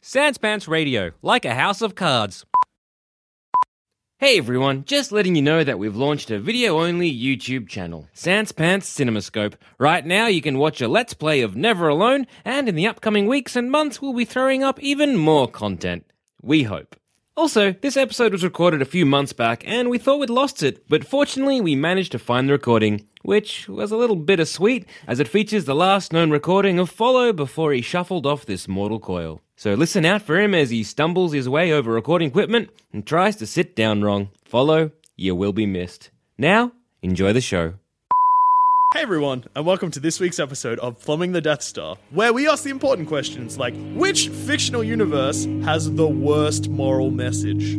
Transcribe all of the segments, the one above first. Sans Pants Radio, like a house of cards. Hey everyone, just letting you know that we've launched a video only YouTube channel, Sans Pants Cinemascope. Right now you can watch a Let's Play of Never Alone, and in the upcoming weeks and months we'll be throwing up even more content. We hope. Also, this episode was recorded a few months back and we thought we'd lost it, but fortunately we managed to find the recording, which was a little bittersweet as it features the last known recording of Follow before he shuffled off this mortal coil. So listen out for him as he stumbles his way over recording equipment and tries to sit down wrong. Follow, you will be missed. Now, enjoy the show. Hey everyone, and welcome to this week's episode of Plumbing the Death Star, where we ask the important questions like which fictional universe has the worst moral message?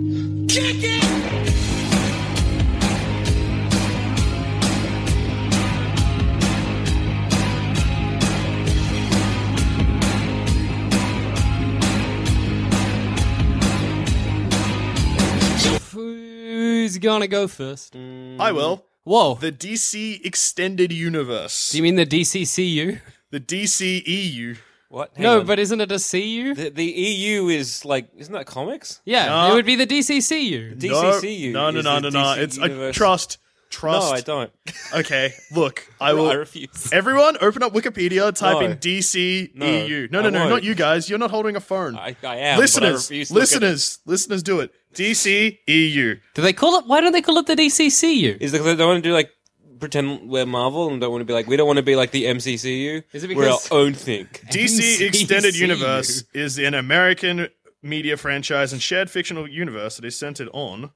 Who's gonna go first? I will. Whoa. The DC Extended Universe. Do you mean the DCCU? the E DC EU. What? No, but isn't it a CU? the, the EU is like, isn't that comics? yeah, No. it would be the DCCU. No, DCCU No, no, E is no, no, the no. DC It's a universe. trust. No, Trust. I don't. Okay, look, I will. I refuse. Everyone, open up Wikipedia, No. type in DC No, EU. No, I no, no, won't. not you guys. You're not holding a phone. I, I am. but I listeners, refuse to look at- listeners, listeners, do it. E DC EU. Do they call it? Why don't they call it the DCCU? Is because they don't want to do like pretend we're Marvel and don't want to be like we don't want to be like the MCCU. Is it we're our because- own thing? DC NCCU. Extended Universe is an American media franchise and shared fictional universe that is centered on.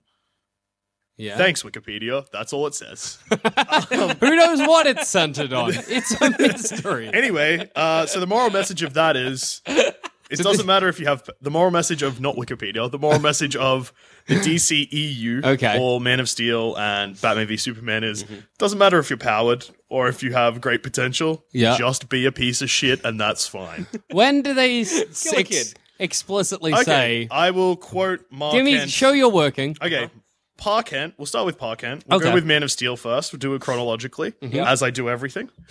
Yeah. Thanks, Wikipedia. That's all it says. Who knows what it's centered on? It's a mystery. anyway, uh, so the moral message of that is. It doesn't matter if you have the moral message of not Wikipedia, the moral message of the DC EU Okay. Mm-hmm. or Man of Steel and Batman v Superman is doesn't matter if you're powered or if you have great potential, Yeah. just be a piece of shit and that's fine. when do they s- Kill a ex- kid. explicitly Okay, Oh, say, I will quote Mark "Give me, Kent. show you're working"? Okay. Pa Kent. We'll start with Pa Kent. We'll go Okay. Mm-hmm. with Man of Steel first. We'll do it chronologically, as I do everything.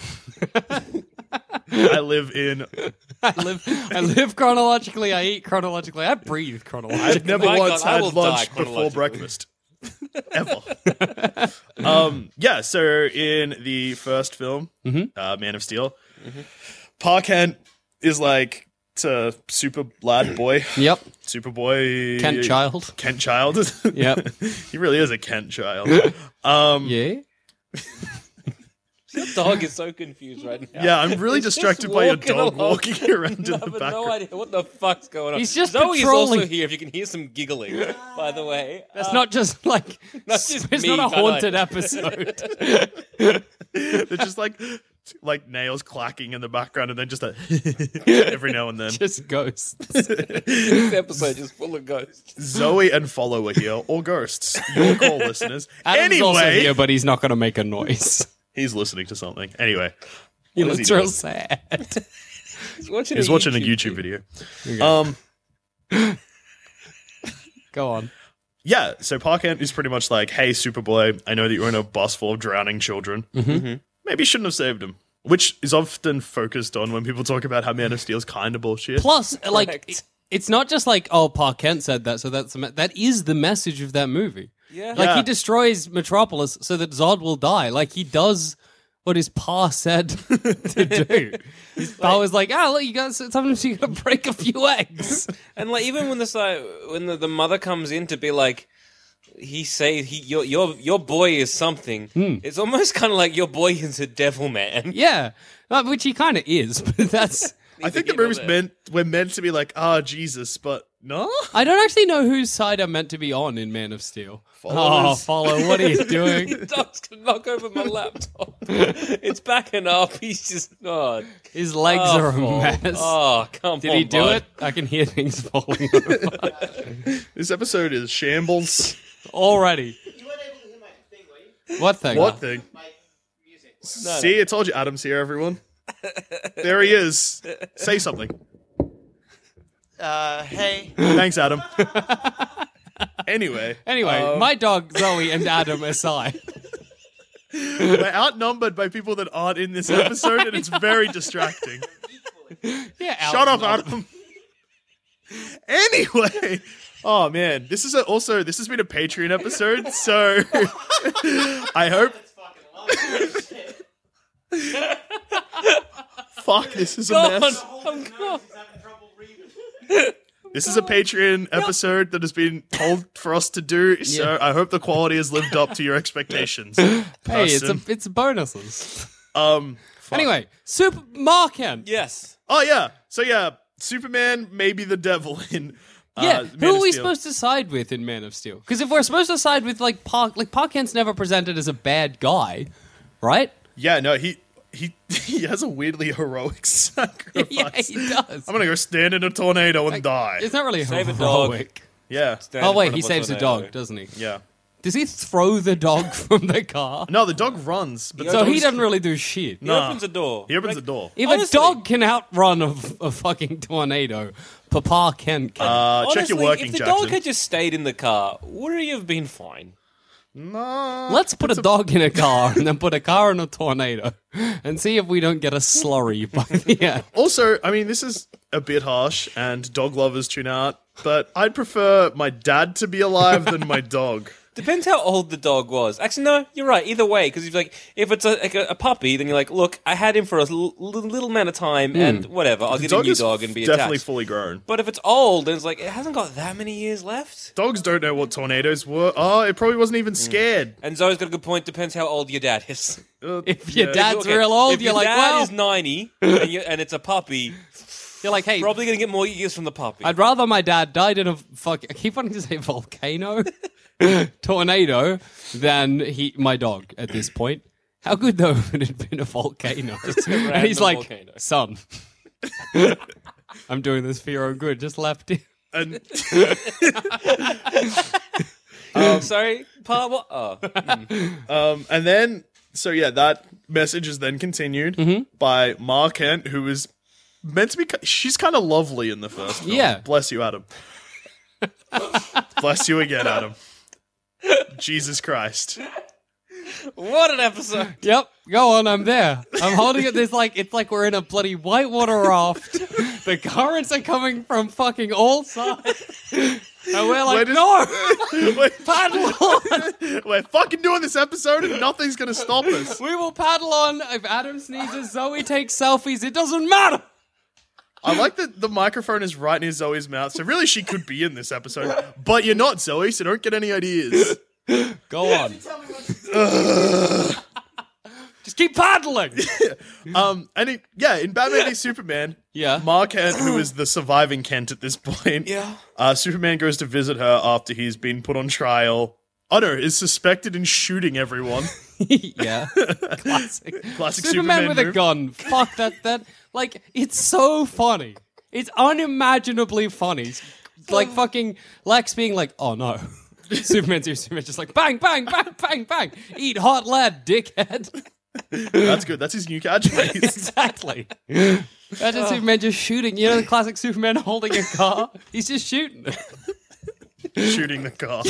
I live in. I live, I live chronologically. I eat chronologically. I breathe chronologically. I've never My God, once I had will lunch die before chronologically. breakfast. Ever. um, yeah, so in the first film, Mm-hmm. uh, Man of Steel, Mm-hmm. Pa Kent is like to Super Lad Boy. Yep. Superboy. Kent child. Kent Child. Yep. he really is a Kent Child. Um, yeah. Your dog is so confused right now. Yeah, I'm really It's just distracted by your walking dog along. walking I around in the have no background. idea what the fuck's going on. He's just Zoe is also patrolling. here. If you can hear some giggling, by the way, That's Uh, not just like. That's just it's me, not a but I- haunted episode. They're just like like nails clacking in the background, and then just a every now and then. just ghosts. Um, this episode is full of ghosts. Zoe and follower here, or ghosts. Your call, listeners. Adam's also anyway, here, but he's not going to make a noise. he's listening to something. Anyway, he What is looks he real doing? sad. He's watching. he's a watching a YouTube YouTube video. Um, Go on. yeah. So Parkant is pretty much like, "Hey, Superboy, I know that you're in a bus full of drowning children. Maybe you shouldn't have saved him." Which is often focused on when people talk about how Man of Steel is kind of bullshit. Plus, like, Correct. it- it's not just like oh, Pa Kent said that, so that's the me- that is the message of that movie. Yeah. Like Yeah. he destroys Metropolis so that Zod will die. Like he does what his Pa said to do. His Pa was like, ah, look, you guys. Sometimes you got to break a few eggs. And like even when this like when the, the mother comes in to be like he say he your your your boy is something. Hmm. It's almost kind of like your boy is a devil man. yeah, Uh, which he kind of is, but that's. I think the Forget all movie's that. meant we're meant to be like, ah, Jesus, but no. I don't actually know whose side I'm meant to be on in Man of Steel. Oh, Followers. follow! What are you He doing? does knock over my laptop. it's backing up. He's just not. His legs Oh, are a Paul. mess. Oh come Did on! he do bud. it? I can hear things falling over. This episode is shambles. already. You weren't able to hear my thing, were you? What thing? what thing? My music. See, I told you, Adam's here, everyone. there he is. Say something. Uh, hey. Thanks, Adam. anyway, Anyway, um, my dog Zoe and Adam aside. we're outnumbered by people that aren't in this episode, and it's very distracting. Yeah, Shut Alan, up, Adam. Anyway, oh man, this is a, also this has been a Patreon episode, so I hope. That's fucking live. Shit. Fuck, this is a God. mess. The whole I'm nose is having trouble breathing. This is a Patreon episode that has been told for us to do, so I hope the quality has lived up to your expectations. Hey, it's a, Person. it's bonuses. Um. fuck. Anyway, Supermarket. Yes. Oh yeah. So yeah, Superman, maybe the devil in. Uh, Yeah, Man who of are we Steel. supposed to side with in Man of Steel? Because if we're supposed to side with like Park, like Park Kent's never presented as a bad guy, right? Yeah, no, he he he has a weirdly heroic sacrifice. yeah, he does. I'm gonna go stand in a tornado and die. It's not really Save a dog. heroic. yeah, Oh wait, he saves a dog, doesn't he? yeah. Does he throw the dog from the car? No, the dog runs, but So the he dog's- doesn't really do shit. He opens a door. He opens Like, the door. If Honestly- a dog can outrun a, a fucking tornado, Papa Kent can. Uh, check Honestly, your working, if the Jackson. dog had just stayed in the car, would he have been fine? No. Let's put a dog in a car and then put a car in a tornado and see if we don't get a slurry by the end. Also, I mean, this is a bit harsh, and dog lovers tune out. But I'd prefer my dad to be alive than my dog. Depends how old the dog was. Actually, no, you're right. Either way, because if like if it's a, like a, a puppy, then you're like, look, I had him for a l- little amount of time, and whatever, I'll get a Hmm. dog new is dog and be definitely attached. fully grown. but if it's old and it's like it hasn't got that many years left, Dogs don't know what tornadoes were. Oh, it probably wasn't Mm. even scared. and Zoe's got a good point. Depends how old your dad is. Uh, If your yeah. dad's Okay, real old, if you're your like, dad well, is ninety, and, you and it's a puppy, you're like, hey, probably gonna get more years from the puppy. I'd rather my dad died in a fuck. I keep wanting to say volcano, tornado, than he my dog at this point. How good though if it had been a volcano? and he's random like, volcano. son, I'm doing this for your own good. Just left it. And um, sorry, pa. What? Oh, Um, and then, so yeah, that message is then continued by Ma Kent, who is meant to be. ki- She's kind of lovely in the first. Film. Yeah. Bless you, Adam. Bless you again, Adam. Jesus Christ. what an episode! Yep, go on. I'm there. I'm holding it. There's like it's like we're in a bloody whitewater raft. the currents are coming from fucking all sides, and we're Where like, does- no, we're, paddle on. we're fucking doing this episode, and nothing's gonna stop us. We will paddle on. If Adam sneezes, Zoe takes selfies. It doesn't matter. I like that the microphone is right near Zoe's mouth, so really she could be in this episode, but you're not Zoe, so don't get any ideas. Go on. Tell me what to do. Just keep paddling. Um, and it, yeah, in Batman v Superman, Yeah. Ma Kent, who is the surviving Kent at this point, Yeah. uh, Superman goes to visit her after he's been put on trial. Oh no, is suspected in shooting everyone. yeah. Classic. Classic Superman, Superman, with a move. gun. Fuck that. That like it's so funny. It's unimaginably funny. Like fucking Lex being like, oh no. Superman's here. Superman's just like bang, bang, bang, bang, bang. Eat hot lad, dickhead. That's good. That's his new catchphrase. exactly. Imagine Superman just shooting. You know the classic Superman holding a car. He's just shooting. shooting the car.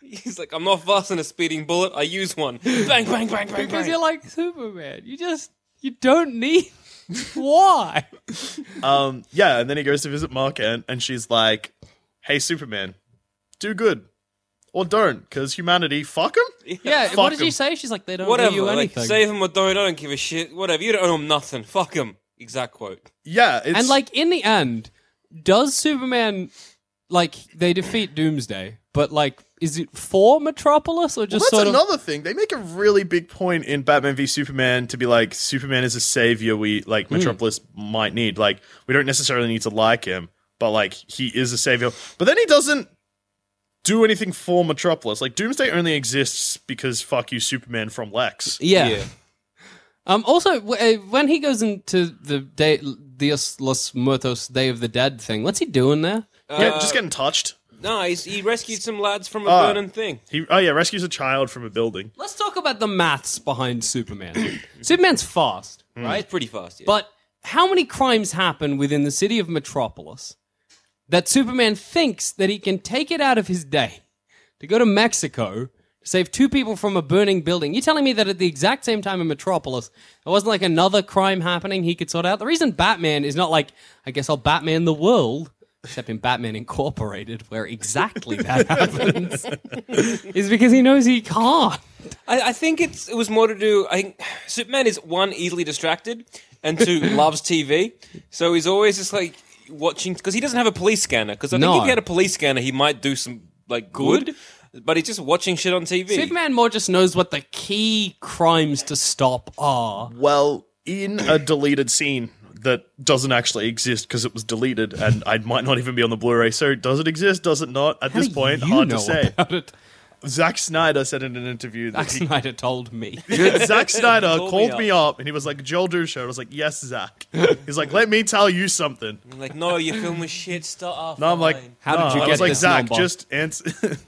He's like, I'm not faster a speeding bullet. I use one. Bang, bang, bang, bang, Because bang. you're like Superman. You just you don't need why. Um, yeah, and then he goes to visit Ma Kent, and she's like, "Hey, Superman, do good or don't, because humanity, fuck him." Yeah, Fuck what did 'em. you say? She's like, they don't Whatever. owe you like, anything. save him or don't. I don't give a shit. Whatever. You don't owe him nothing. Fuck him. Exact quote. Yeah, it's, and like in the end, does Superman like they defeat Doomsday? But like, is it for Metropolis or Well, just that's sort of? another thing. They make a really big point in Batman v Superman to be like Superman is a savior we like Metropolis might need. Like we don't necessarily need to like him, but like he is a savior. But then he doesn't do anything for Metropolis. Like Doomsday only exists because fuck you Superman from Lex. Yeah. Um. Also, w- uh, when he goes into the day, Dios los Muertos, Day of the Dead thing, what's he doing there? yeah, just getting touched. No, he's, he rescued some lads from a Ah. burning thing. He oh yeah, rescues a child from a building. Let's talk about the maths behind Superman. Superman's fast, right? It's pretty fast. Yeah. But how many crimes happen within the city of Metropolis that Superman thinks that he can take it out of his day to go to Mexico to save two people from a burning building? You're telling me that at the exact same time in Metropolis, there wasn't like another crime happening he could sort out? The reason Batman is not like, I guess I'll Batman the world. except in Batman Incorporated, where exactly that happens, is because he knows he can't. I, I think it's it was more to do. I think Superman is one easily distracted, and two loves TV, so he's always just like watching because he doesn't have a police scanner. Because I No. think if he had a police scanner, he might do some like good, but he's just watching shit on TV. Superman more just knows what the key crimes to stop are. Well, in a deleted scene that doesn't actually exist because it was deleted, and I might not even be on the Blu-ray. So, does it exist? Does it not? At this do point, you hard know to say. About it? Zack Snyder said in an interview that Zack he, Snyder told me. Zack Snyder Call me called up. me up and he was like, "Joel Dusha." I was like, "Yes, Zack." He's like, "Let me tell you something." I'm like, no, your film was shit. Start off. No, I'm like, How did "Nah." you I get was like, this Zach, number?" just answer.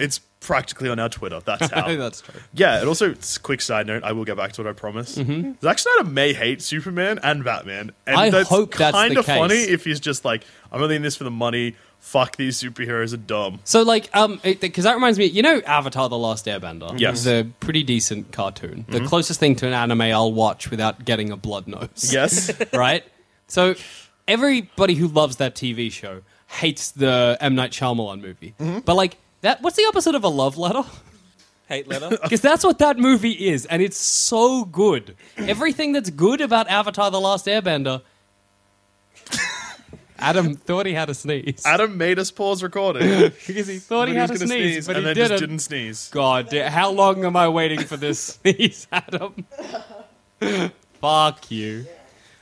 it's practically on our Twitter. That's how. That's true. Yeah, and also, it's a quick side note. I will get back to what I promise. Zack Snyder may hate Superman and Batman, and Mm-hmm. I that's hope that's the kind of funny case. if he's just like, "I'm only in this for the money. Fuck these superheroes are dumb." So, like, um, because that reminds me, you know, Avatar: The Last Airbender. Yes. Mm-hmm. the pretty decent cartoon, the closest thing to an anime I'll watch without getting a blood nose. Yes, right? So everybody who loves that TV show hates the M Night Shyamalan movie, Mm-hmm. but like that, what's the opposite of a love letter? hate letter. Because that's what that movie is, and it's so good. Everything that's good about Avatar: The Last Airbender. Adam thought he had a sneeze Adam made us pause recording. because he thought But he he was had a gonna sneeze, sneeze, but and he then didn't. just didn't sneeze. God, dear, how long am I waiting for this sneeze, Adam? Fuck you.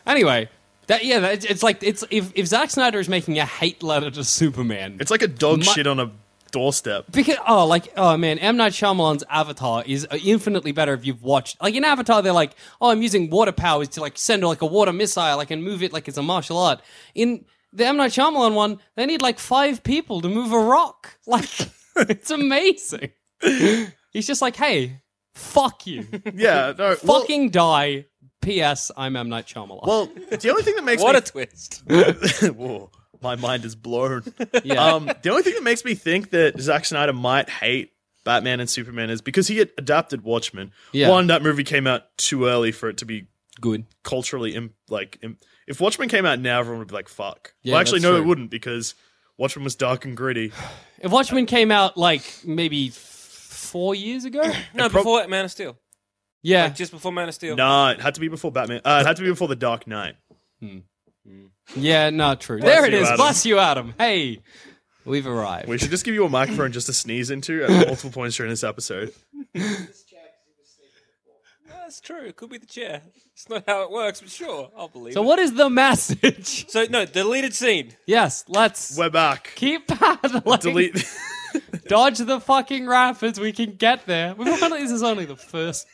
Anyway, that yeah, that, it's like it's if if Zack Snyder is making a hate letter to Superman, It's like a dog My- shit on a doorstep. because oh, like oh man, M Night Shyamalan's Avatar is uh, infinitely better if you've watched. Like in Avatar, they're like, oh, I'm using water powers to like send like a water missile. I can move it like it's a martial art. In the M Night Shyamalan one, they need like five people to move a rock. Like it's amazing. He's just like, hey, fuck you, Yeah, no, well- fucking die. P.S. I'm M Night Shyamalan. Well, the only thing that makes what me a twist. Whoa, my mind is blown. yeah. Um, the only thing that makes me think that Zack Snyder might hate Batman and Superman is because he had adapted Watchmen. Yeah. One, that movie came out too early for it to be good. culturally Im- like Im- if Watchmen came out now, everyone would be like, "Fuck." Yeah, well, actually, that's no, it true. wouldn't because Watchmen was dark and gritty. If Watchmen came out like maybe f- four years ago, No, before Man of Steel. yeah, Like, just before Man of Steel. nah, it had to be before Batman. Uh, it had to be before the Dark Knight. Yeah, not true. there it you, is. Adam. Bless you, Adam. Hey, we've arrived. We should just give you a microphone just to sneeze into at multiple points during this episode. That's true. It could be the chair. It's not how it works, but sure, I'll believe so, it. what is the message? So no, deleted scene. yes, let's We're back. keep paddling. Delete. Dodge the fucking rapids. We can get there. We've got this is only the first.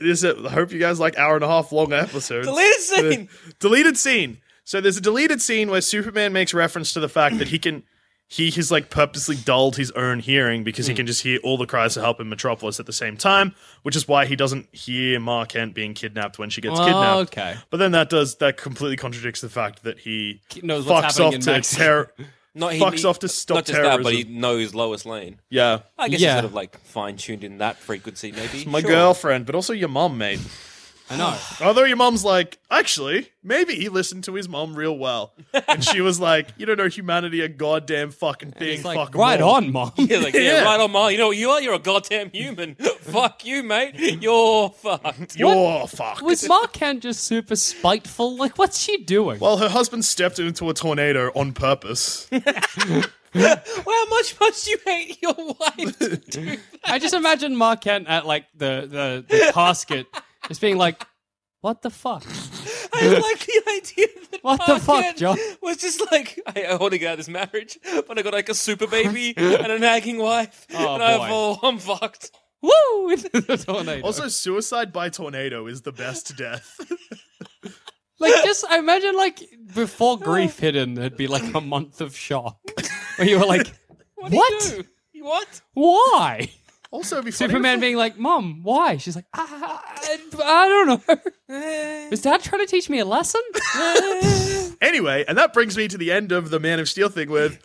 this is, I hope you guys like hour and a half long episodes. Deleted scene. deleted scene. So there's a deleted scene where Superman makes reference to the fact that he can he has like purposely dulled his own hearing because he Hmm. can just hear all the cries for help in Metropolis at the same time, which is why he doesn't hear Ma Kent being kidnapped when she gets Oh, kidnapped. okay. But then that does that completely contradicts the fact that he knows fucks what's happening off in to Mexico. terror. Not he- fucks off to stop Not just that, but he terrorism. knows Lois Lane. yeah, I guess Yeah. he's sort of like fine tuned in that frequency, maybe. my Sure. girlfriend, but also your mom, mate. I know. Although your mom's like, actually, maybe he listened to his mom real well. And she was like, you don't know humanity a goddamn fucking thing. It's like fuck 'em right all. on, mom. Yeah, like, yeah, Yeah. right on, Marley. You know what you are? You're a goddamn human. Fuck you, mate. You're fucked. You're fucked. Was Mark Kent just super spiteful? Like, what's she doing? well, her husband stepped into a tornado on purpose. Well, how much must you hate your wife? to do? I just imagine Mark Kent at like the the, the casket, just being like, "What the fuck? I like the idea that What the Mark fuck, Kent John? was just like, I, I want to get out of this marriage, but I got like a super baby and a nagging wife, Oh, and I've, boy. oh, I'm fucked. Woo!" Into the tornado. also, suicide by tornado is the best death. Like, just I imagine, like, before grief hit him, there'd be like a month of shock where you were like, What? do What? You do? What? why? Also, it'd be funny Superman being like, Mom, why? She's like, I, I, I don't know. Is dad trying to teach me a lesson? if- Anyway, and that brings me to the end of the Man of Steel thing with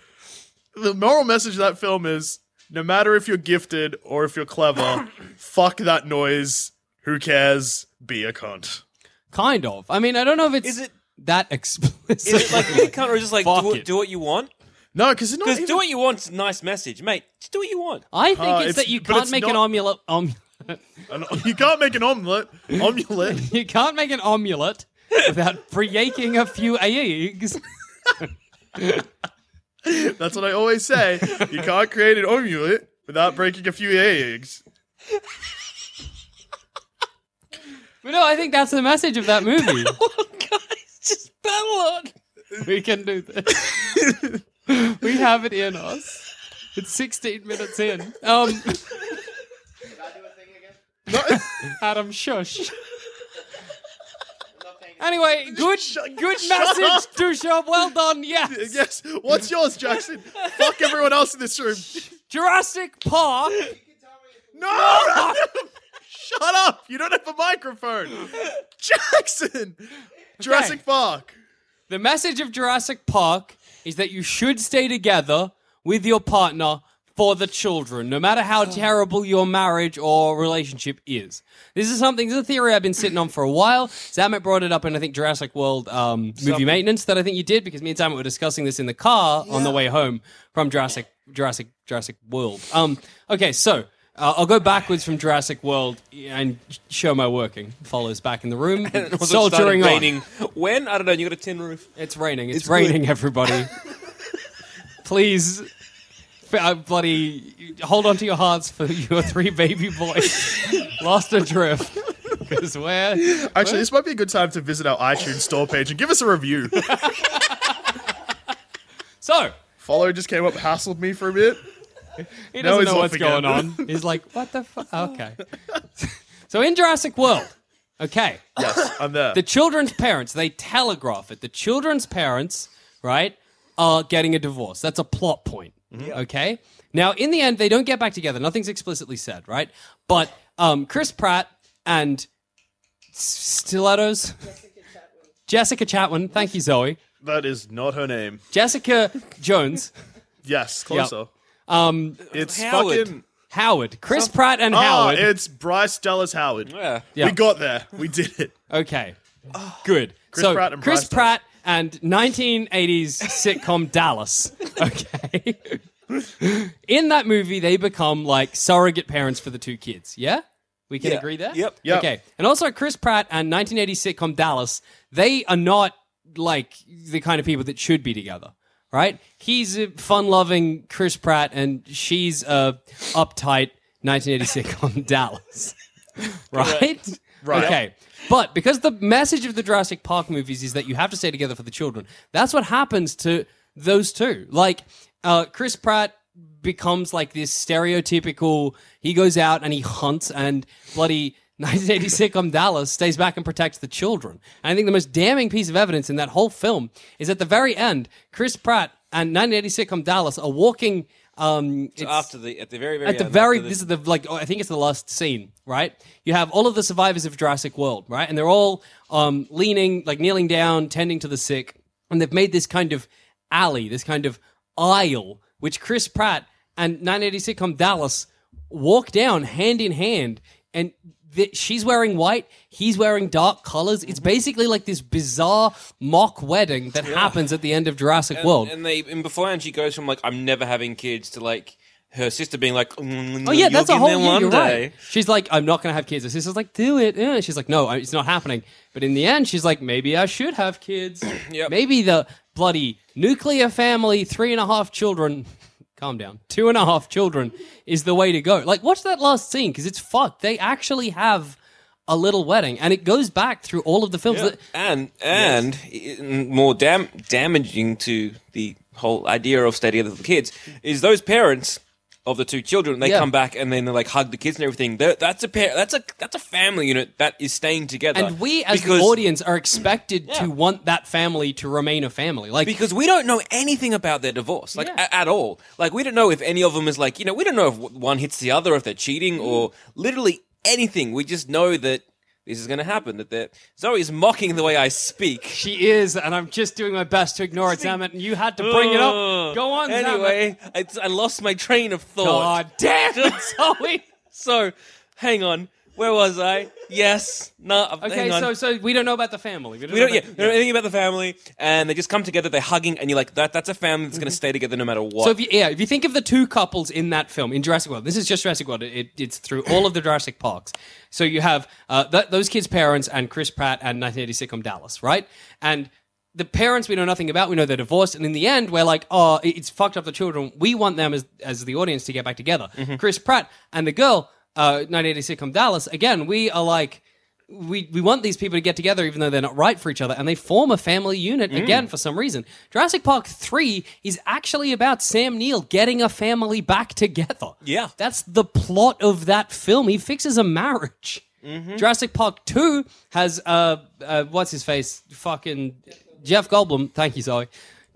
the moral message of that film is no matter if you're gifted or if you're clever, fuck that noise. Who cares? Be a cunt. kind of. I mean, I don't know if it's Is it- that explicit. Is it like you can't or just like Fuck do, it. what, do what you want? No, because it's not. Because Even, do what you want's a nice message, mate. Just do what you want. I think Uh, it's, it's- that you but can't it's make an not- omelet. Um, an- you can't make an omelet. Omelet. you can't make an omelet without pre-yaking a few eggs. That's what I always say. You can't create an omelet without breaking a few eggs. But no, I think that's the message of that movie. Guys, just battle on. we can do this. we have it in us. It's 16 minutes in. Um, Did I do a thing again? Adam, shush. I'm not paying Anyway, good, Shut- good shut message, up. Dushab. Well done. Yes. Yes. What's yours, Jackson? Fuck everyone else in this room. Jurassic Park. No! Shut up! You don't have a microphone, Jackson. Jurassic Park. The message of Jurassic Park is that you should stay together with your partner for the children, no matter how terrible your marriage or relationship is. This is something, this is a theory I've been sitting on for a while. Zamet brought it up in, I think, Jurassic World um, movie maintenance that I think you did, because me and Zamet were discussing this in the car on the way home from Jurassic, Jurassic, Jurassic World. Um, okay, so. Uh, I'll go backwards from Jurassic World and show my working. Follows back in the room, Also started soldiering on. raining. When? I don't know. You got a tin roof. It's raining. It's, raining, everybody. Please, f- uh, bloody, hold on to your hearts for your three baby boys lost adrift. Because we're Actually, this might be a good time to visit our iTunes store page and give us a review. so Follow just came up, hassled me for a bit. he Now doesn't he's know off what's again. going on. He's like, what the fuck? Okay. So in Jurassic World, okay, Yes, I'm there. the children's parents they telegraph it. The children's parents, right, are getting a divorce. That's a plot point. Okay. Now, in the end, they don't get back together. Nothing's explicitly said, right? But um, Chris Pratt and Stilettos, Jessica Chatwin. Thank you, Zoe. that is not her name. Jessica Jones, Yes, closer. um, It's Howard. fucking. Howard, Chris Pratt and Ah, Howard. it's Bryce Dallas Howard. Yeah. Yeah. We got there. We did it. Okay. Good. Chris so Pratt and Chris Bryce Pratt and 1980s sitcom Dallas. Okay. In that movie, they become like surrogate parents for the two kids. Yeah? We can Yeah. agree there? Yep. Yep. Okay. And also, Chris Pratt and 1980s sitcom Dallas, they are not like the kind of people that should be together. Right? He's a fun-loving Chris Pratt, and she's a uptight 1980s sitcom Dallas. Right? Right. Okay. But because the message of the Jurassic Park movies is that you have to stay together for the children, that's what happens to those two. Like, uh, Chris Pratt becomes like this stereotypical, he goes out and he hunts and bloody 1980 sitcom Dallas stays back and protects the children. And I think the most damning piece of evidence in that whole film is at the very end, Chris Pratt and 1980 sitcom Dallas are walking. Um, it's- After the at the very very at the end, very after the- this is the like oh, I think it's the last scene, right? You have all of the survivors of Jurassic World, right? And they're all um leaning like kneeling down, tending to the sick, and they've made this kind of alley, this kind of aisle which Chris Pratt and 980 sitcom Dallas walk down hand in hand and th- she's wearing white, he's wearing dark colors. It's basically like this bizarre mock wedding that happens at the end of Jurassic World. and they and beforehand she goes from like I'm never having kids to like her sister being like mm, Oh yeah, you'll that's a give whole them year. one you're day. right. She's like, I'm not gonna have kids. Her sister's like, do it. Yeah. She's like, no, I- it's not happening. But in the end, she's like, maybe I should have kids. Yep. Maybe the bloody nuclear family, three and a half children. Calm down. Two and a half children is the way to go. Like, watch that last scene because it's fucked. They actually have a little wedding, and it goes back through all of the films. That, And and i- more dam- damaging to the whole idea of staying together with the kids is those parents of the two children. They Yeah. come back and then they like hug the kids and everything. They're- that's a pair. That's a that's a family unit that is staying together. and we, as because, the audience, are expected Yeah. to want that family to remain a family. Like, because we don't know anything about their divorce, like Yeah. a- at all. Like we don't know if any of them is like you know we don't know if w- one hits the other, if they're cheating Mm. or literally anything. We just know that this is going to happen. That they're- Zoe is mocking the way I speak. She is, and I'm just doing my best to ignore it, Zamet, and you had to bring it up. Go on, Zamet. Anyway, I, I lost my train of thought. God damn it, Zoe. So, hang on. Where was I? Yes. No. I've- Okay, hang on. so so we don't know about the family. We don't, we don't, know yeah, about- we don't know anything about the family, and they just come together. They're hugging, and you're like, that, "That's a family that's going to stay together no matter what." Mm-hmm. So if you, yeah, if you think of the two couples in that film in Jurassic World, this is just Jurassic World. It, it- it's through all of the Jurassic parks. So you have uh, th- those kids' parents and Chris Pratt and 1980 sitcom Dallas, right? And the parents we know nothing about. We know they're divorced, and in the end, we're like, oh, it- it's fucked up the children. We want them as as the audience to get back together. Chris Pratt and the girl, uh, 1980 sitcom Dallas. Again, we are like. We, we want these people to get together even though they're not right for each other and they form a family unit again for some reason. Jurassic Park 3 is actually about Sam Neill getting a family back together. Yeah. That's the plot of that film. He fixes a marriage. Mm-hmm. Jurassic Park 2 has, uh, uh, what's his face? Fucking Jeff Goldblum. Thank you, Zoe.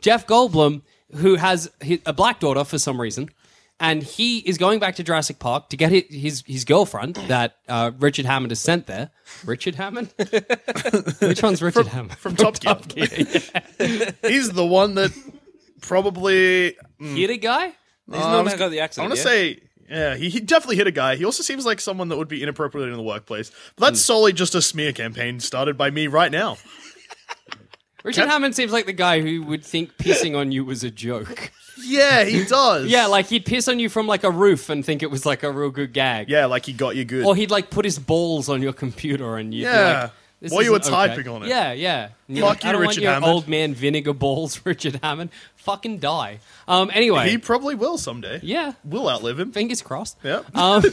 Jeff Goldblum, who has hi- a black daughter for some reason. And he is going back to Jurassic Park to get hi- his, his girlfriend that uh, Richard Hammond has sent there. Richard Hammond? Which one's Richard Hammond? from Top Gear. He's the one that probably Here the guy? He's Uh, I not was- got the I accent. want to yeah? say, yeah, he, he definitely hit a guy. He also seems like someone that would be inappropriate in the workplace. But Hmm. that's solely just a smear campaign started by me right now. Richard Hammond seems like the guy who would think pissing on you was a joke. Yeah, he does. Yeah, like he'd piss on you from like a roof and think it was like a real good gag. yeah, like he got you good. Or he'd like put his balls on your computer and you'd be Yeah. like, this While you were isn't typing on it. Yeah, yeah. And you're Fuck I you, don't want Richard your Hammond." old man vinegar balls, Richard Hammond. Fucking die. Um, anyway. he probably will someday. yeah. we'll outlive him. Fingers crossed. Yeah. Um,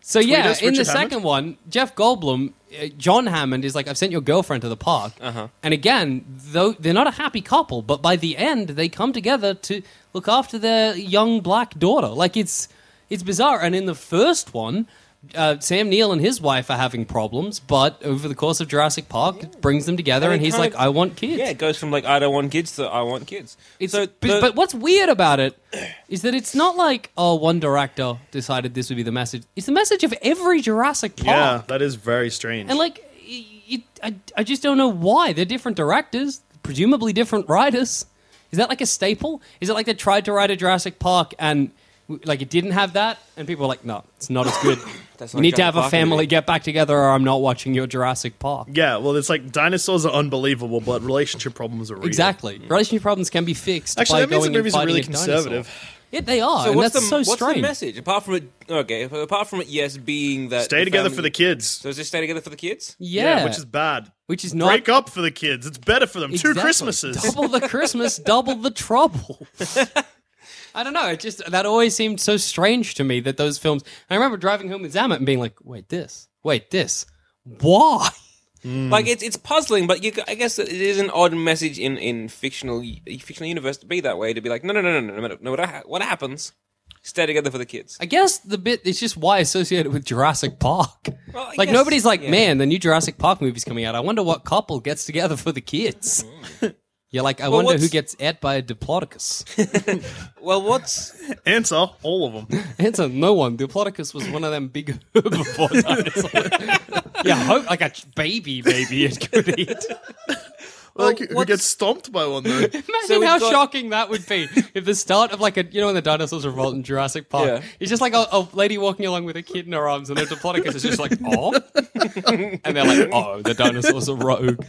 so yeah, us, in the Richard Hammond. second one, Jeff Goldblum, uh, John Hammond is like, "I've sent your girlfriend to the park," uh-huh. and again, though they're not a happy couple, but by the end, they come together to look after their young black daughter. Like it's it's bizarre. And in the first one. Uh, Sam Neill and his wife are having problems, but over the course of Jurassic Park, it brings them together, And and, it he's kind like, of- "I want kids." Yeah, it goes from like I don't want kids to I want kids. It's, so, but, but what's weird about it is that it's not like oh one director decided this would be the message. It's the message of every Jurassic Park, Yeah, that is very strange. and like y- y- I, I just don't know why they're different directors, presumably different writers. Is that like a staple? Is it like they tried to write a Jurassic Park and w- like it didn't have that, and people were like, no, it's not as good. That's we not need to Jurassic have a Park family movie. get back together, or I'm not watching your Jurassic Park. yeah, well, it's like dinosaurs are unbelievable, but relationship problems are real. Exactly. Mm. Relationship problems can be fixed. Actually, by that means going the and movies are fighting really a dinosaur. conservative. Yeah, they are. so and what's that's the so what's strange. the message apart from it? Okay, if- apart from it, yes, being that Stay together for family- the kids. So just stay together for the kids. Yeah, which is bad. which is not Break up for the kids. It's better for them. Two Exactly. Christmases. Double the Christmas, double the trouble. I don't know. It just that always seemed so strange to me that those films. I remember driving home with Zamet and being like, "Wait, this. Wait, this. Why?" Like it's it's puzzling, but you, I guess it is an odd message in in fictional fictional universe to be that way. To be like, no, no, no, no, no, no, matter- no. What, ha- what happens? Stay together for the kids. I guess the bit is just why I associate it with Jurassic Park. Well, I like guess- nobody's like, yeah. "Man, the new Jurassic Park movie's coming out. I wonder what couple gets together for the kids." Mm-hmm. You're like, I wonder who what's- gets ate by a Diplodocus. Well, what's Answer all of them. Answer no one. Diplodocus was one of them big herbivore dinosaurs. yeah, hope like a ch- baby, baby it could eat. like, who gets stomped by one though? Imagine So we've how got- shocking that would be if the start of like a you know when the dinosaurs revolt in Jurassic Park, Yeah. it's just like a, a lady walking along with a kid in her arms, and the Diplodocus is just like oh, and they're like oh, the dinosaurs are rogue.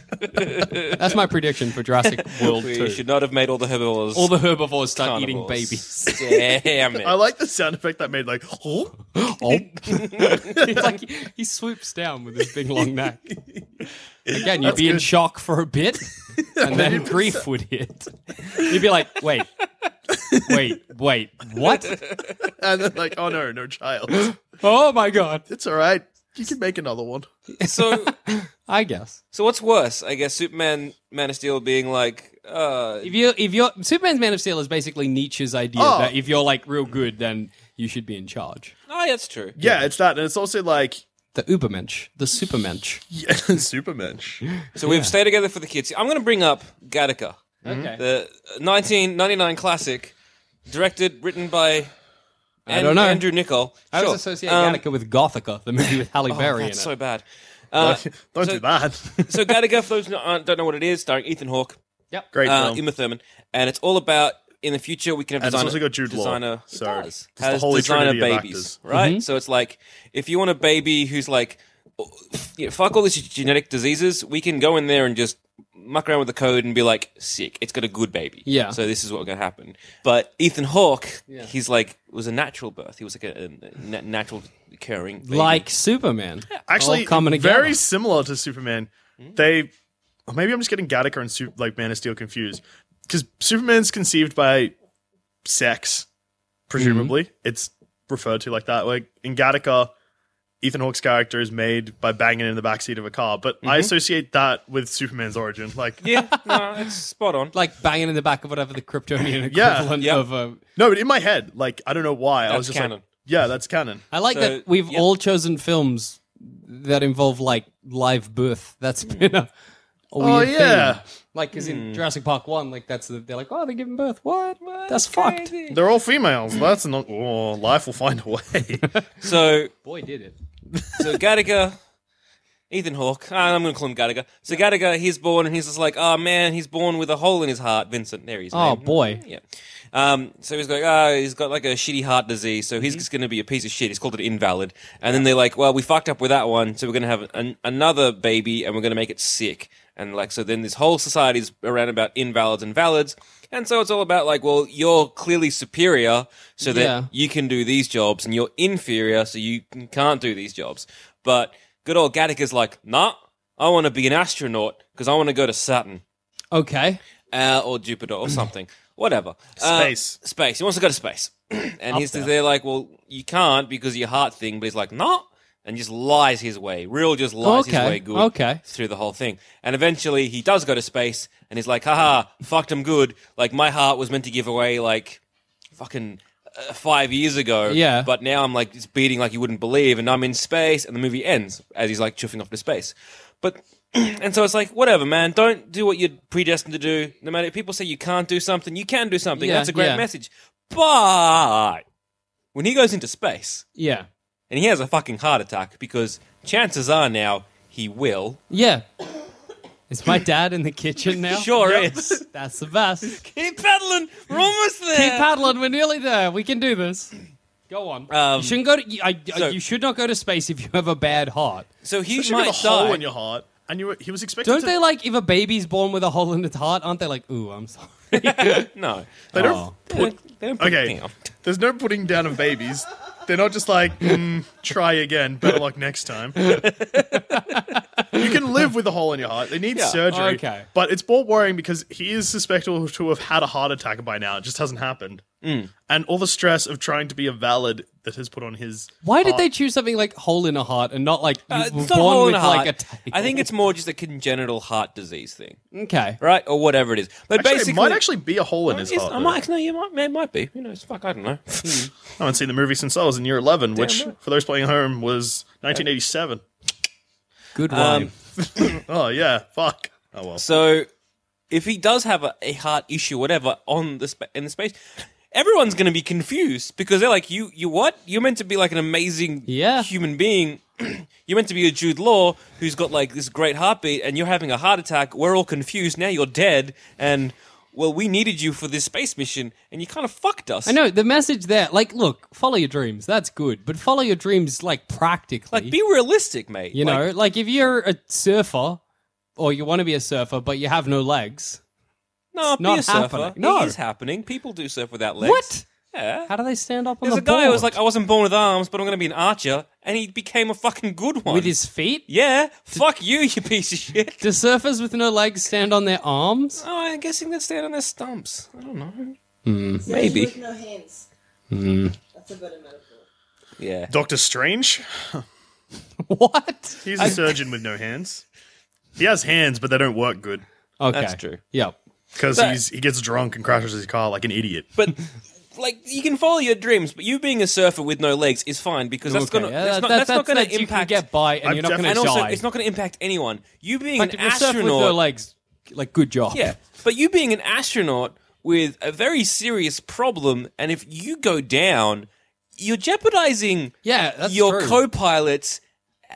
That's my prediction for Jurassic World we should Two. not have made all the herbivores All the herbivores start eating carnivores. babies. Damn it! I like the sound effect that made. Like, oh, Oh. it's like he, he swoops down with his big long neck. Again, you'd be in good. shock for a bit, and then grief would hit. You'd be like, wait, wait, wait, what? and then like, oh no, no child. Oh my god. It's all right. You can make another one. so I guess. so what's worse? I guess Superman, Man of Steel, being like, uh, If you if you're Superman's Man of Steel is basically Nietzsche's idea Oh. that if you're like real good, then you should be in charge. oh, yeah, that's true. Yeah, it's that, and it's also like The Ubermensch, the Supermensch. yeah, Supermensch. So we've stayed together for the kids. I'm going to bring up Gattaca, Okay. Hmm? the 1999 classic, directed, written by An- don't know. Andrew Niccol. I Sure. was associating Um, Annika with Gothica, the movie with Halle oh, Berry in it. that's so bad. Uh, Don't so- do that. so Gattaca, for those who aren't- don't know what it is, starring Ethan Hawke, yep. Great uh, film. Uma Thurman, and it's all about in the future we can have And it's designer, also got Jude Law, designer it so does, it's the has holy designer trinity of babies, actors. right? Mm-hmm. So it's like if you want a baby who's like, you know, fuck all these genetic diseases, we can go in there and just muck around with the code and be like, sick, it's got a good baby. Yeah. So this is what's going to happen. But Ethan Hawke, Yeah. he's like was a natural birth. He was like a, a na- natural occurring baby. like Superman. Actually, all coming together. very similar to Superman. They, or maybe I'm just getting Gattaca and Sup- like Man of Steel confused because Superman's conceived by sex, presumably. It's referred to like that. Like in Gattaca, Ethan Hawke's character is made by banging in the backseat of a car, but I associate that with Superman's origin. Like, yeah, no, it's spot on. like banging in the back of whatever the Kryptonian Yeah. equivalent Yep. of a. no, but in my head, like I don't know why. I was That's just canon. like, yeah, that's canon. I like So, that we've yeah. all chosen films that involve like live birth. That's Hmm. been a, a weird Oh thing. yeah, Like, because in Jurassic Park one, like that's the, they're like, oh, they're giving birth. What? That's fucked. they're all females. That's not. Oh, life will find a way. So Boy, did it. So Gattaca, Ethan Hawke. ah, I'm going to call him Gattaca. So Gattaca, he's born, and he's just like, oh man, he's born with a hole in his heart. Vincent, there he's. Oh, boy. Yeah. Um. So he's like, oh, he's got like a shitty heart disease, so he's just going to be a piece of shit. He's called it invalid, and then they're like, well, we fucked up with that one, so we're going to have an, another baby, and we're going to make it sick, and like, so then this whole society's around about invalids and valids. And so it's all about like, well, you're clearly superior, so that Yeah. you can do these jobs and you're inferior, so you can't do these jobs. But good old Gattaca's like, nah, I want to be an astronaut because I want to go to Saturn Okay. uh, or Jupiter or something, whatever. Uh, Space. space. He wants to go to space. and he's there. they're like, well, you can't because of your heart thing. But he's like, nah. And just lies his way. Real just lies Okay, his way good okay. through the whole thing. And eventually he does go to space and he's like, haha, fucked him good. Like, my heart was meant to give away, like, fucking uh, five years ago. Yeah. But now I'm like, it's beating like you wouldn't believe, and I'm in space, and the movie ends as he's like chuffing off to space. But, and so it's like, whatever, man, don't do what you're predestined to do. No matter if people say you can't do something, you can do something. Yeah, That's a great yeah. message. But when he goes into space Yeah. and he has a fucking heart attack, because chances are now he will. Yeah. Is my dad in the kitchen now? Sure is. That's the best. Keep Keep paddling. We're almost there. paddling. We're nearly there. We can do this. Go on. Um, you shouldn't go to. You, I, so- you should not go to space if you have a bad heart. so he Especially might with a hole die. in your heart. And you were, he was expected Don't to. they like if a baby's born with a hole in its heart? Aren't they like, ooh, I'm sorry. no. they don't Oh. They don't- they don't put Okay. down. There's no putting down of babies. They're not just like mm, try again, better luck next time. you can live with a hole in your heart. They need Yeah, surgery, okay. but it's more worrying because he is suspected to have had a heart attack by now. It just hasn't happened, and all the stress of trying to be a valid that has put on his. Why did heart. they choose something like hole in a heart and not like you Oh. Uh, were it's not born hole in with the heart. like a tail? I think it's more just a congenital heart disease thing, okay. right, or whatever it is. But Actually, basically, it might actually be a hole in his Yes, heart. I though. might, no, you might, it might be. Who knows? Fuck, I don't know. I haven't seen the movie since I was in year eleven, which right. for those playing at home was 1987. Good one. Oh yeah, fuck. Oh well. so, if he does have a, a heart issue, whatever, on the spa- in the space, everyone's going to be confused because they're like, "You, you what? You're meant to be like an amazing Yeah. human being. you're meant to be a Jude Law who's got like this great heartbeat, and you're having a heart attack. We're all confused now. You're dead, and well, we needed you for this space mission, and you kind of fucked us. I know the message there. Like, look, follow your dreams. That's good, but follow your dreams like practically. Like, be realistic, mate. you Like, know, like if you're a surfer or you want to be a surfer but you have no legs, No, be not a surfer. happening. No. No. It is happening. People do surf without legs. What? Yeah. how do they stand up on There's the a guy who was board? like, I wasn't born with arms, but I'm going to be an archer, and he became a fucking good one. with his feet? Yeah. Fuck you, you piece of shit. Do surfers with no legs stand on their arms? Oh, I'm guessing they'd stand on their stumps. I don't know. Hmm. Maybe. With no hands. That's a better metaphor. Yeah. Doctor Strange. What? He's a surgeon with no hands. He has hands, but they don't work good Okay, That's true. Yep. because But- he's he gets drunk and crashes his car like an idiot. But. Like you can follow your dreams, but you being a surfer with no legs is fine because that's Okay, gonna yeah, that's that- not, that- that's not gonna that you can impact get by, and I've you're not gonna and definitely- also die. it's not gonna impact anyone. You being like, an if you're surfing with no astronaut, legs, like good job. Yeah, but you being an astronaut with a very serious problem, and if you go down, you're jeopardizing yeah. That's your true. co-pilots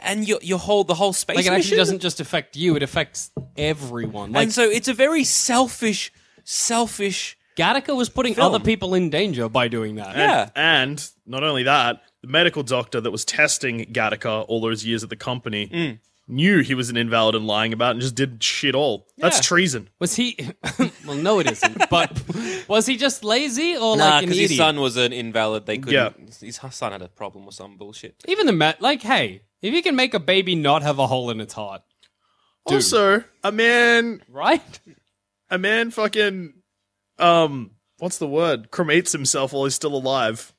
and your your whole the whole space Like it actually mission. doesn't just affect you; it affects everyone. Like and so it's a very selfish, selfish Gattaca was putting other people in danger by doing that. And, Yeah. and not only that, the medical doctor that was testing Gattaca all those years at the company Mm. knew he was an invalid and lying about it and just did shit all. That's Yeah. treason. Was he? well, no, it isn't. But was he just lazy or Nah, like an because idiot? his son was an invalid. They couldn't. Yeah. His son had a problem or some bullshit. Even the mat, like, hey, if you can make a baby not have a hole in its heart, Also, a man right? a man fucking um what's the word? cremates himself while he's still alive.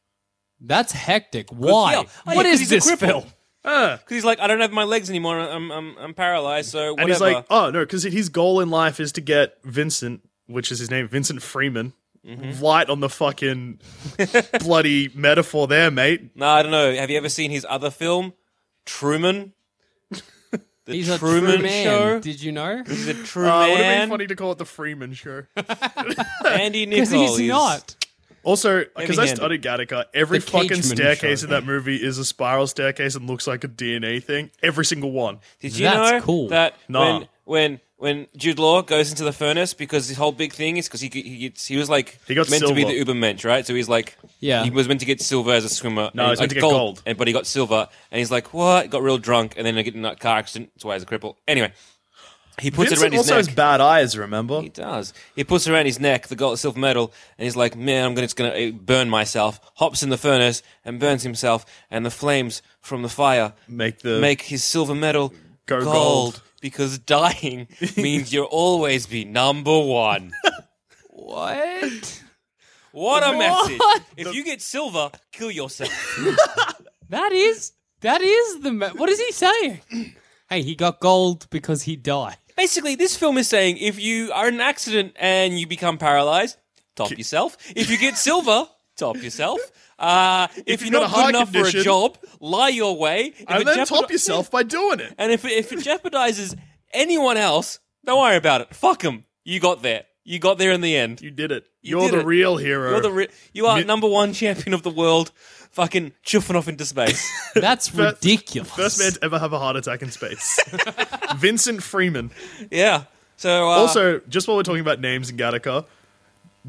That's hectic. Why? yeah. Oh, What yeah, 'cause is he's a this, cripple. Phil? Uh, Because he's like, I don't have my legs anymore. I'm I'm, I'm paralyzed. So whatever. and he's like, "Oh no, cuz his goal in life is to get Vincent, which is his name, Vincent Freeman." Light on the fucking bloody metaphor there, mate. no, I don't know. Have you ever seen his other film, Truman? The He's a true Truman man. Show. Did you know? He's a true Uh, would have been man. funny to call it the Freeman show. Andy Because Nichol. he's not. Also, because I handed. studied Gattaca, every The fucking Cageman staircase show. in that movie is a spiral staircase and looks like a DNA thing. Every single one. Did you That's know cool. that Nah. when when when Jude Law goes into the furnace because his whole big thing is because he he gets, he was like He got meant to be silver. the Ubermensch, right? So he's like Yeah. he was meant to get silver as a swimmer. No, he's meant like to get gold. and, but he got silver, and he's like what? Got real drunk, and then he get in a car accident. That's why he's a cripple. Anyway, he puts Vincent it around his also neck. has bad eyes, remember? He does. He puts around his neck the gold silver medal, and he's like, "Man, I'm gonna, just gonna uh, burn myself." Hops in the furnace and burns himself, and the flames from the fire Make the make his silver medal Go gold, gold. because dying means you'll always be number one. What? What a message! What? If you get silver, kill yourself. That is. That is the. Ma- what is he saying? hey, he got gold because he died. Basically, this film is saying if you are in an accident and you become paralyzed, top yourself. If you get silver, top yourself. Uh, if, you've you're not got a good heart enough for condition- a job, lie your way. If it and then jeopard- top yourself by doing it. And if it, if it jeopardizes anyone else, don't worry about it. Fuck them. You got there. You got there in the end. You did it. You You are did the it. real hero. You're the re- you are Mi- number one champion of the world, fucking chuffing off into space. That's First- ridiculous. First man to ever have a heart attack in space. Vincent Freeman. yeah. So uh, also, just while we're talking about names in Gattaca,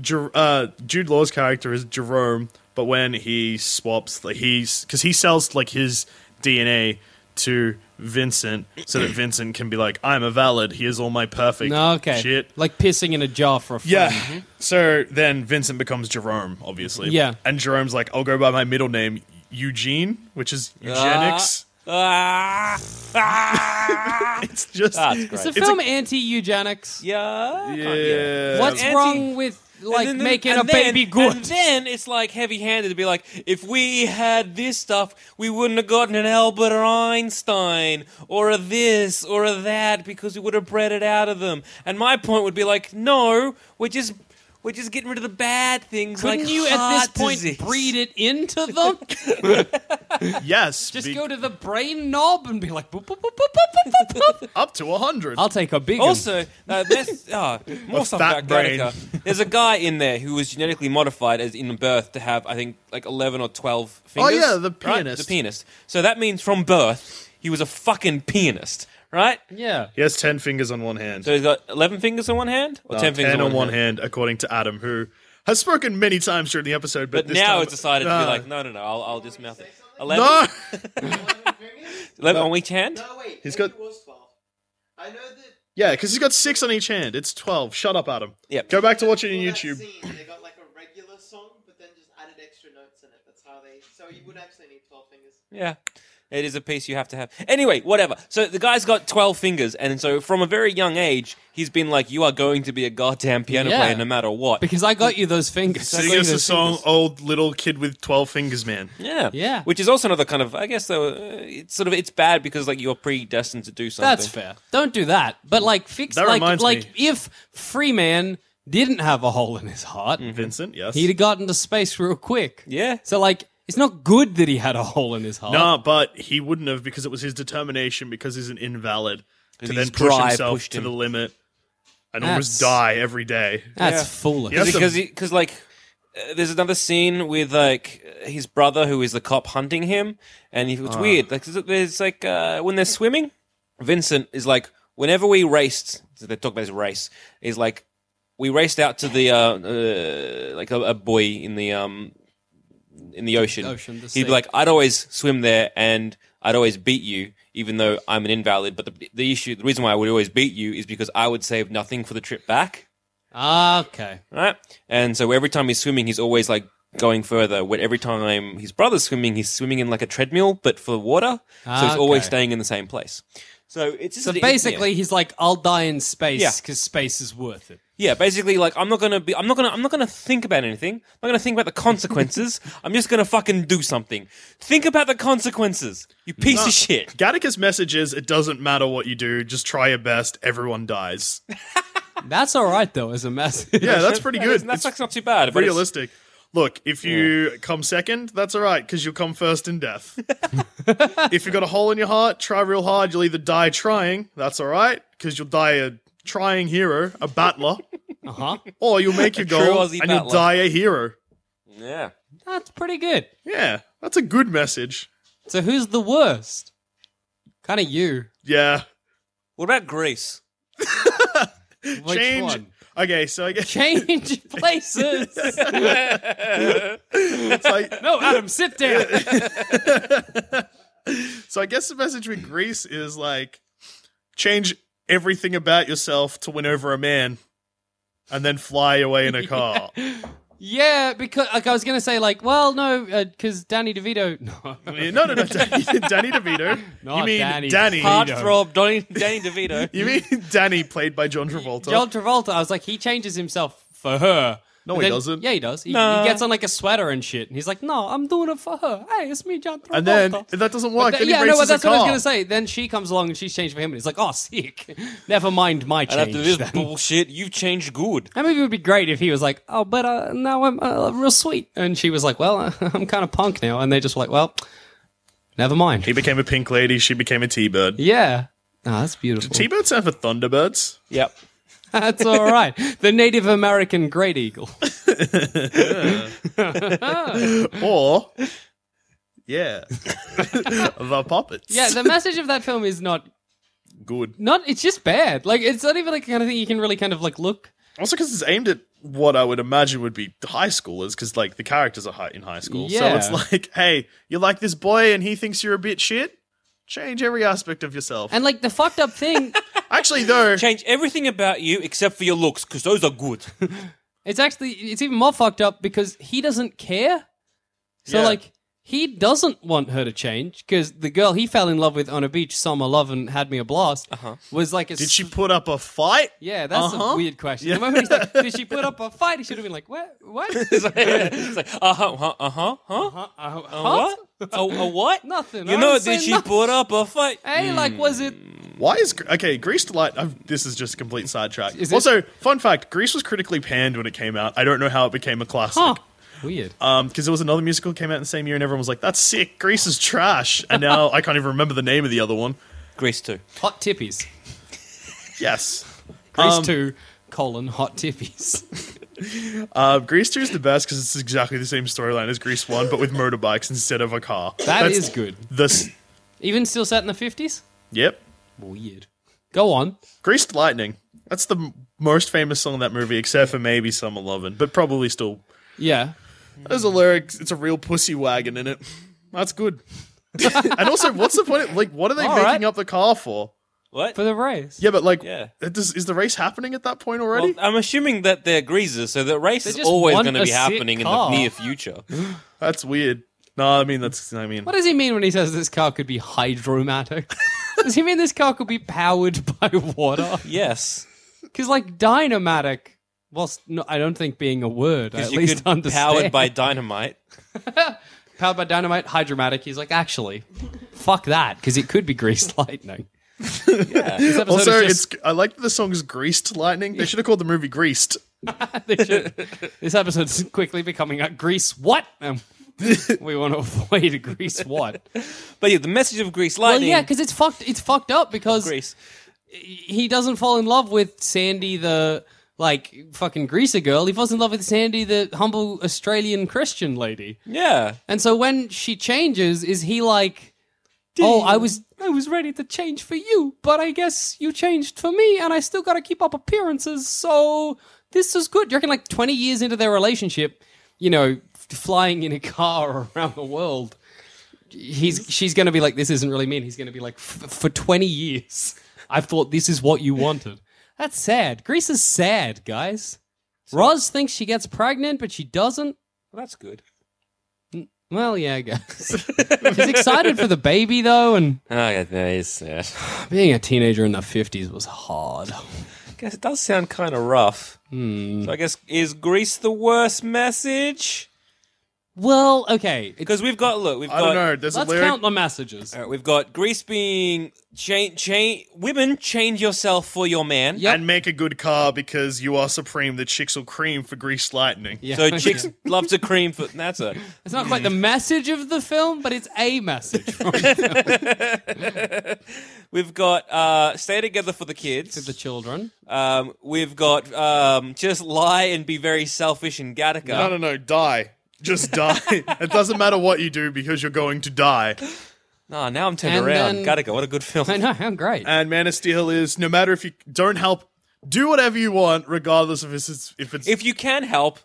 Jer- uh, Jude Law's character is Jerome, but when he swaps, like he's because he sells like his DNA to Vincent, so that Vincent can be like, "I'm a valid. Here's all my perfect No, okay. shit." Like pissing in a jar for a friend. Yeah. So then Vincent becomes Jerome, obviously. Yeah. And Jerome's like, "I'll go by my middle name, Eugene, which is Uh, eugenics." ah, ah, it's just that's Is great. the a- film anti eugenics? yeah. yeah. What's Anti- wrong with like And then- making and a then- baby good? And then it's like heavy-handed to be like, if we had this stuff, we wouldn't have gotten an Albert Einstein or a this or a that because we would have bred it out of them. And my point would be like, no, we're just we're just getting rid of the bad things. Couldn't like you at this heart point disease. breed it into them? Yes. Just be- go to the brain knob and be like, boop, boop, boop, boop, boop, boop, boop, boop. up to hundred. I'll take a big Also, uh, that's, oh, more A stuff fat about brain. Gattaca. There's a guy in there who was genetically modified as in birth to have, I think, like 11 or 12 Oh, fingers. yeah, the right? pianist. The pianist. So that means from birth, he was a fucking pianist, right? yeah. He has ten fingers on one hand. So he's got 11 fingers on one hand or Uh, 10 fingers on one hand. according to Adam, who has spoken many times during the episode, but, But this now time- it's decided to Uh, be like, no, no, no, I'll, I'll just mouth it. 11, No, 11 on each hand? No, wait. He's He's maybe got- it was 12. I know that. yeah, because he's got six on each hand. It's twelve. Shut up, Adam. Yep. Go back to watching on for that YouTube. Scene, they got like a regular song, but then just added extra notes in it. That's how they. So you would actually need 12 fingers. Yeah. It is a piece you have to have. Anyway, whatever. So the guy's got 12 fingers, and so from a very young age, he's been like, You are going to be a goddamn piano Yeah. player no matter what. Because I got you those fingers. I Sing got you us a those song, fingers. "Old Little Kid with Twelve Fingers Man." yeah. Yeah. Which is also another kind of, I guess, though, uh, it's sort of, it's bad because, like, you're predestined to do something. That's fair. Don't do that. But like, fix That like reminds like me. if Freeman didn't have a hole in his heart, Vincent, yes. he'd have gotten to space real quick. Yeah. So like, it's not good that he had a hole in his heart. Nah, but he wouldn't have because it was his determination because he's an invalid to his then push drive himself pushed to him. the limit and That's- almost die every day. That's Yeah. foolish. Yes. because because like uh, there's another scene with like his brother who is the cop hunting him, and he- it's Ah. weird. Like there's- there's like uh, when they're swimming, Vincent is like, whenever we raced, so they talk about his race. Is like we raced out to the uh, uh, like a, a buoy in the um in the ocean. ocean, the He'd sea. be like, I'd always swim there, and I'd always beat you, even though I'm an invalid. But the the issue, the reason why I would always beat you is because I would save nothing for the trip back. Okay. Right? And so every time he's swimming, he's always like going further. When every time his brother's swimming, he's swimming in like a treadmill, but for water. So he's always Okay. staying in the same place. So it's just So an- basically, he's like, I'll die in space Yeah. because space is worth it. Yeah, basically, like I'm not gonna be, I'm not gonna, I'm not gonna think about anything. I'm not gonna think about the consequences. I'm just gonna fucking do something. Think about the consequences, you piece of shit. Gattaca's message is it doesn't matter what you do, just try your best, everyone dies. That's all right, though, as a message. Yeah, that's pretty good. That's like It's not too bad. But it's- realistic. Look, if you come second, that's all right, because you'll come first in death. if you've got a hole in your heart, try real hard. You'll either die trying, that's all right, because you'll die a trying hero, a battler, Uh huh. or you'll make your true goal Aussie and you'll battler. die a hero. yeah, That's pretty good. Yeah, that's a good message. So who's the worst? Kind of you. Yeah. what about Greece? Which Change. one? Okay, so I guess Change places. it's like no, Adam, sit down. So I guess the message with Greece is like change everything about yourself to win over a man and then fly away in a car. yeah, because like I was gonna say, like, well, no, because Danny DeVito. No, no, no, no, Danny, Danny DeVito. Not you mean Danny Danny? Heartthrob Donny, Danny DeVito. You mean Danny played by John Travolta? John Travolta. I was like, he changes himself for her. No, But he doesn't. Yeah, he does. He, Nah. he gets on like a sweater and shit, and he's like, "No, I'm doing it for her. Hey, it's me, John Travolta." and then that doesn't work. Th- then he yeah, no, races but that's a what I was car. gonna say. Then she comes along and she's changed for him, and he's like, "Oh, sick. Never mind my And change." after this then." bullshit, you've changed good. That movie would be great if he was like, "Oh, but uh, now I'm uh, real sweet," and she was like, "Well, I'm kind of punk now," and they just were like, "Well, never mind." He became a pink lady. She became a T-bird. Yeah, oh, that's beautiful. T-birds stand for Thunderbirds. Yep. that's all right. The Native American great eagle. Or, yeah, the puppets. Yeah, the message of that film is not Good. not. It's just bad. Like it's not even like the kind of thing you can really kind of like look. Also, because it's aimed at what I would imagine would be high schoolers, because like the characters are high in high school. Yeah. So it's like, hey, you like this boy and he thinks you're a bit shit. Change every aspect of yourself. And like the fucked up thing, Actually, though, Change everything about you except for your looks, because those are good. it's actually it's even more fucked up because he doesn't care. So Yeah. like he doesn't want her to change because the girl he fell in love with on a beach, summer love and had me a blast, was like a did she put up a fight? Yeah, that's Uh-huh. a weird question. The moment he's like, "Did she put up a fight?" He should have been like, "What? What? it's like, it's like uh huh, uh huh, huh? Huh? Uh, A huh? what? A, a what? Nothing. You I know, didn't did say she nothing. put up a fight? Hey, like, was it? Why is Gre- okay? Grease Light. I've, this is just a complete sidetrack. Is it- also, fun fact: Grease was critically panned when it came out. I don't know how it became a classic. Huh? Weird. Um, because there was another musical that came out in the same year, and everyone was like, "That's sick, Grease is trash." And now I can't even remember the name of the other one. Grease too. Hot tippies. Yes. Grease Um, two colon hot tippies. Uh, Grease 2 is the best because it's exactly the same storyline as Grease 1, but with motorbikes instead of a car. That That's is good. The, s- Even still set in the fifties. yep. Weird. Go on. Greased Lightning. That's the m- most famous song in that movie, except for maybe Summer Lovin', but probably still. Yeah. There's a lyric, it's a real pussy wagon in it. That's good. and also, what's the point? Of, like, what are they All making right. up the car for? What? For the race. Yeah, but like, Yeah. it does- is the race happening at that point already? Well, I'm assuming that they're greasers, so the race is just always want going to a be sick happening in the car. near future. that's weird. No, I mean, that's, I mean, What does he mean when he says this car could be hydromatic? does he mean this car could be powered by water? yes, Because like dynomatic. Whilst no, I don't think being a word, I at you least could understand. powered by dynamite. powered by dynamite, hydromatic. He's like, actually, fuck that, because it could be greased lightning. This episode also, is just- it's, I like that the song's Greased Lightning. They should have called the movie Greased. they should- this episode's quickly becoming a grease what? Um, we want to avoid a grease what? But yeah, the message of grease well, lightning. yeah, because it's fucked. It's fucked up because grease. he doesn't fall in love with Sandy the like fucking greaser girl. He falls in love with Sandy the humble Australian Christian lady. Yeah, And so when she changes, is he like, "Oh, I was I was ready to change for you, but I guess you changed for me, and I still got to keep up appearances, so this is good. You reckon like 20 years into their relationship, you know, f- flying in a car around the world, he's she's going to be like, this isn't really me. And he's going to be like, "F- for 20 years, I thought this is what you wanted. That's sad. Greece is sad, guys. Roz thinks she gets pregnant, but she doesn't. Well, that's good. Well, yeah, I guess. She's excited for the baby, though, and Oh, yeah, that is sad. being a teenager in the 50s was hard. I guess it does sound kind of rough. Hmm. So I guess is Greece the worst message? Well, okay. it- Because we've got look, we've I got don't know. There's Let's a lyric. count the messages. All right, we've got Greece being change, change. Women change yourself for your man. Yep. And make a good car because you are supreme. The chicks will cream for Grease Lightning. Yeah. So chicks love to cream for that's a It's not quite the message of the film, but it's a message. from the We've got uh, stay together for the the kids. children. Um, we've got um, just lie and be very selfish in Gattaca. No, no, no. Die. Just die. it doesn't matter what you do because you're going to die. Ah, now I'm turned And around. then- Gattaca, what a good film. I know, how great. And Man of Steel is no matter if you don't help, do whatever you want, regardless of if it's if it's If you can help,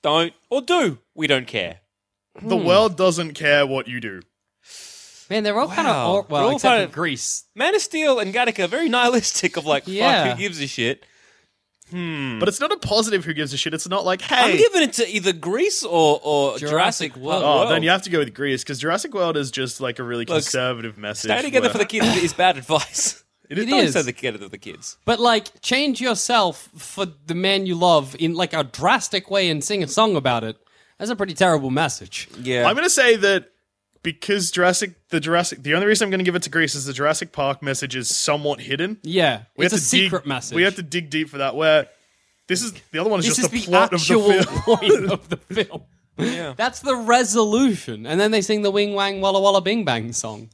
don't or do. We don't care. the Hmm. world doesn't care what you do. Man, they're all kind Wow. of or, well, They're all except kind for of- Greece. Man of Steel and Gattaca are very nihilistic of like, Yeah. fuck, who gives a shit? But it's not a positive who gives a shit. It's not like, I'm hey, giving it to either Greece or, or Jurassic Jurassic, World. Oh, World. then you have to go with Grease because Jurassic World is just like a really Look, conservative message. Stay together where- for the kids is bad advice. It is- It Don't is. stay together for the kids. But like, change yourself for the man you love in like a drastic way and sing a song about it. That's a pretty terrible message. Yeah. I'm going to say that because Jurassic, the Jurassic, the only reason I'm going to give it to Grease is the Jurassic Park message is somewhat hidden. Yeah, it's a have to dig- secret message. We have to dig deep for that. Where this is the other one is This is just the, the plot of the actual film. point of the film. Yeah. That's the resolution, and then they sing the Wing Wang Walla Walla Bing Bang song.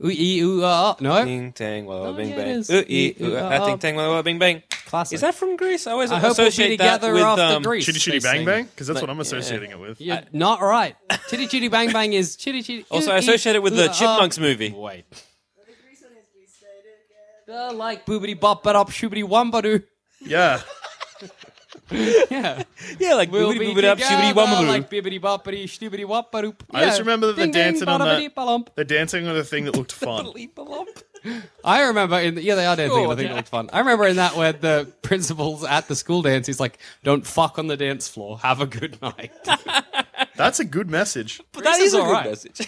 Ooh, ee, ooh, ah, ah. no, Ting tang walla bing Oh, yeah, it bang. is. Ooh, ee, Ooh, ooh, ah, ah, ah. ting tang walla walla bing bang. classic. Is that from Greece? I always I hope we'll be associate that together with after um, Greece. Chitty they Chitty Bang sing. Bang? Because that's what I'm associating it with. You're not right. Chitty Chitty Bang Bang is Chitty Chitty. Also, ooh, I associate ee, it with the ooh, ah. Chipmunks movie. Wait. Grease one has to be stated. Yeah. Uh, like boobity bop but up shoobity wumbadoo. Yeah. Yeah. Yeah, like We'll boobity be boobity up, together shibbity wumbaloo. Like bibbity boppity shoobity wumbadoop. I just remember the dancing on that- that. They're dancing on a thing that looked fun. I remember in the, yeah, they are dancing. Sure, I think yeah. it looked fun. I remember in that where the principal's at the school dance. He's like, "Don't fuck on the dance floor. Have a good night." That's a good message. But that Greece is is a good alright. message.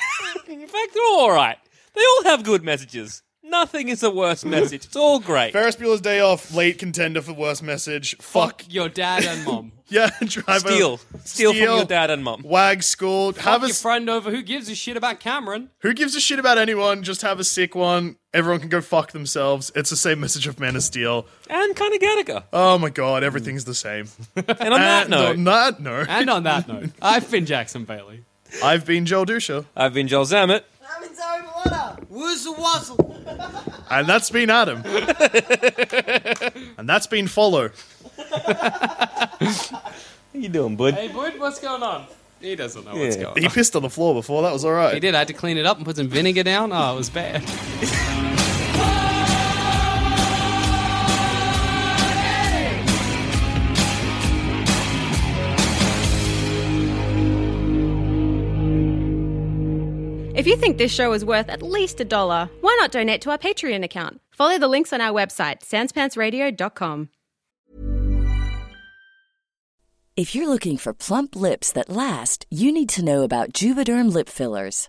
In fact, they're all alright. They all have good messages. Nothing is the worst message. It's all great. Ferris Bueller's Day Off, late contender for worst message. Fuck. your dad and mom. Yeah, drive Steal. over- Steal from your dad and mum. Wag school. Have Have a your friend over. Who gives a shit about Cameron? Who gives a shit about anyone? Just have a sick one. Everyone can go fuck themselves. It's the same message of Man of Steel. And kind of Gattaca. Oh my god, everything's the same. And on that And note, on that note, And on that note, I've been Jackson Bailey. I've been Joel Dusha, I've been Joel Zammett. I'm in Zoe Milano. Woozle wazzle. and that's been Adam. and that's been Follow. How you doing, bud? Hey, Bud, what's going on? He doesn't know what's Yeah. going on. He pissed on the floor before, that was alright. He did. I had to clean it up and put some vinegar down. Oh, it was bad. If you think this show is worth at least a dollar, why not donate to our Patreon account? Follow the links on our website, sanspantsradio.com. If you're looking for plump lips that last, you need to know about Juvederm lip fillers.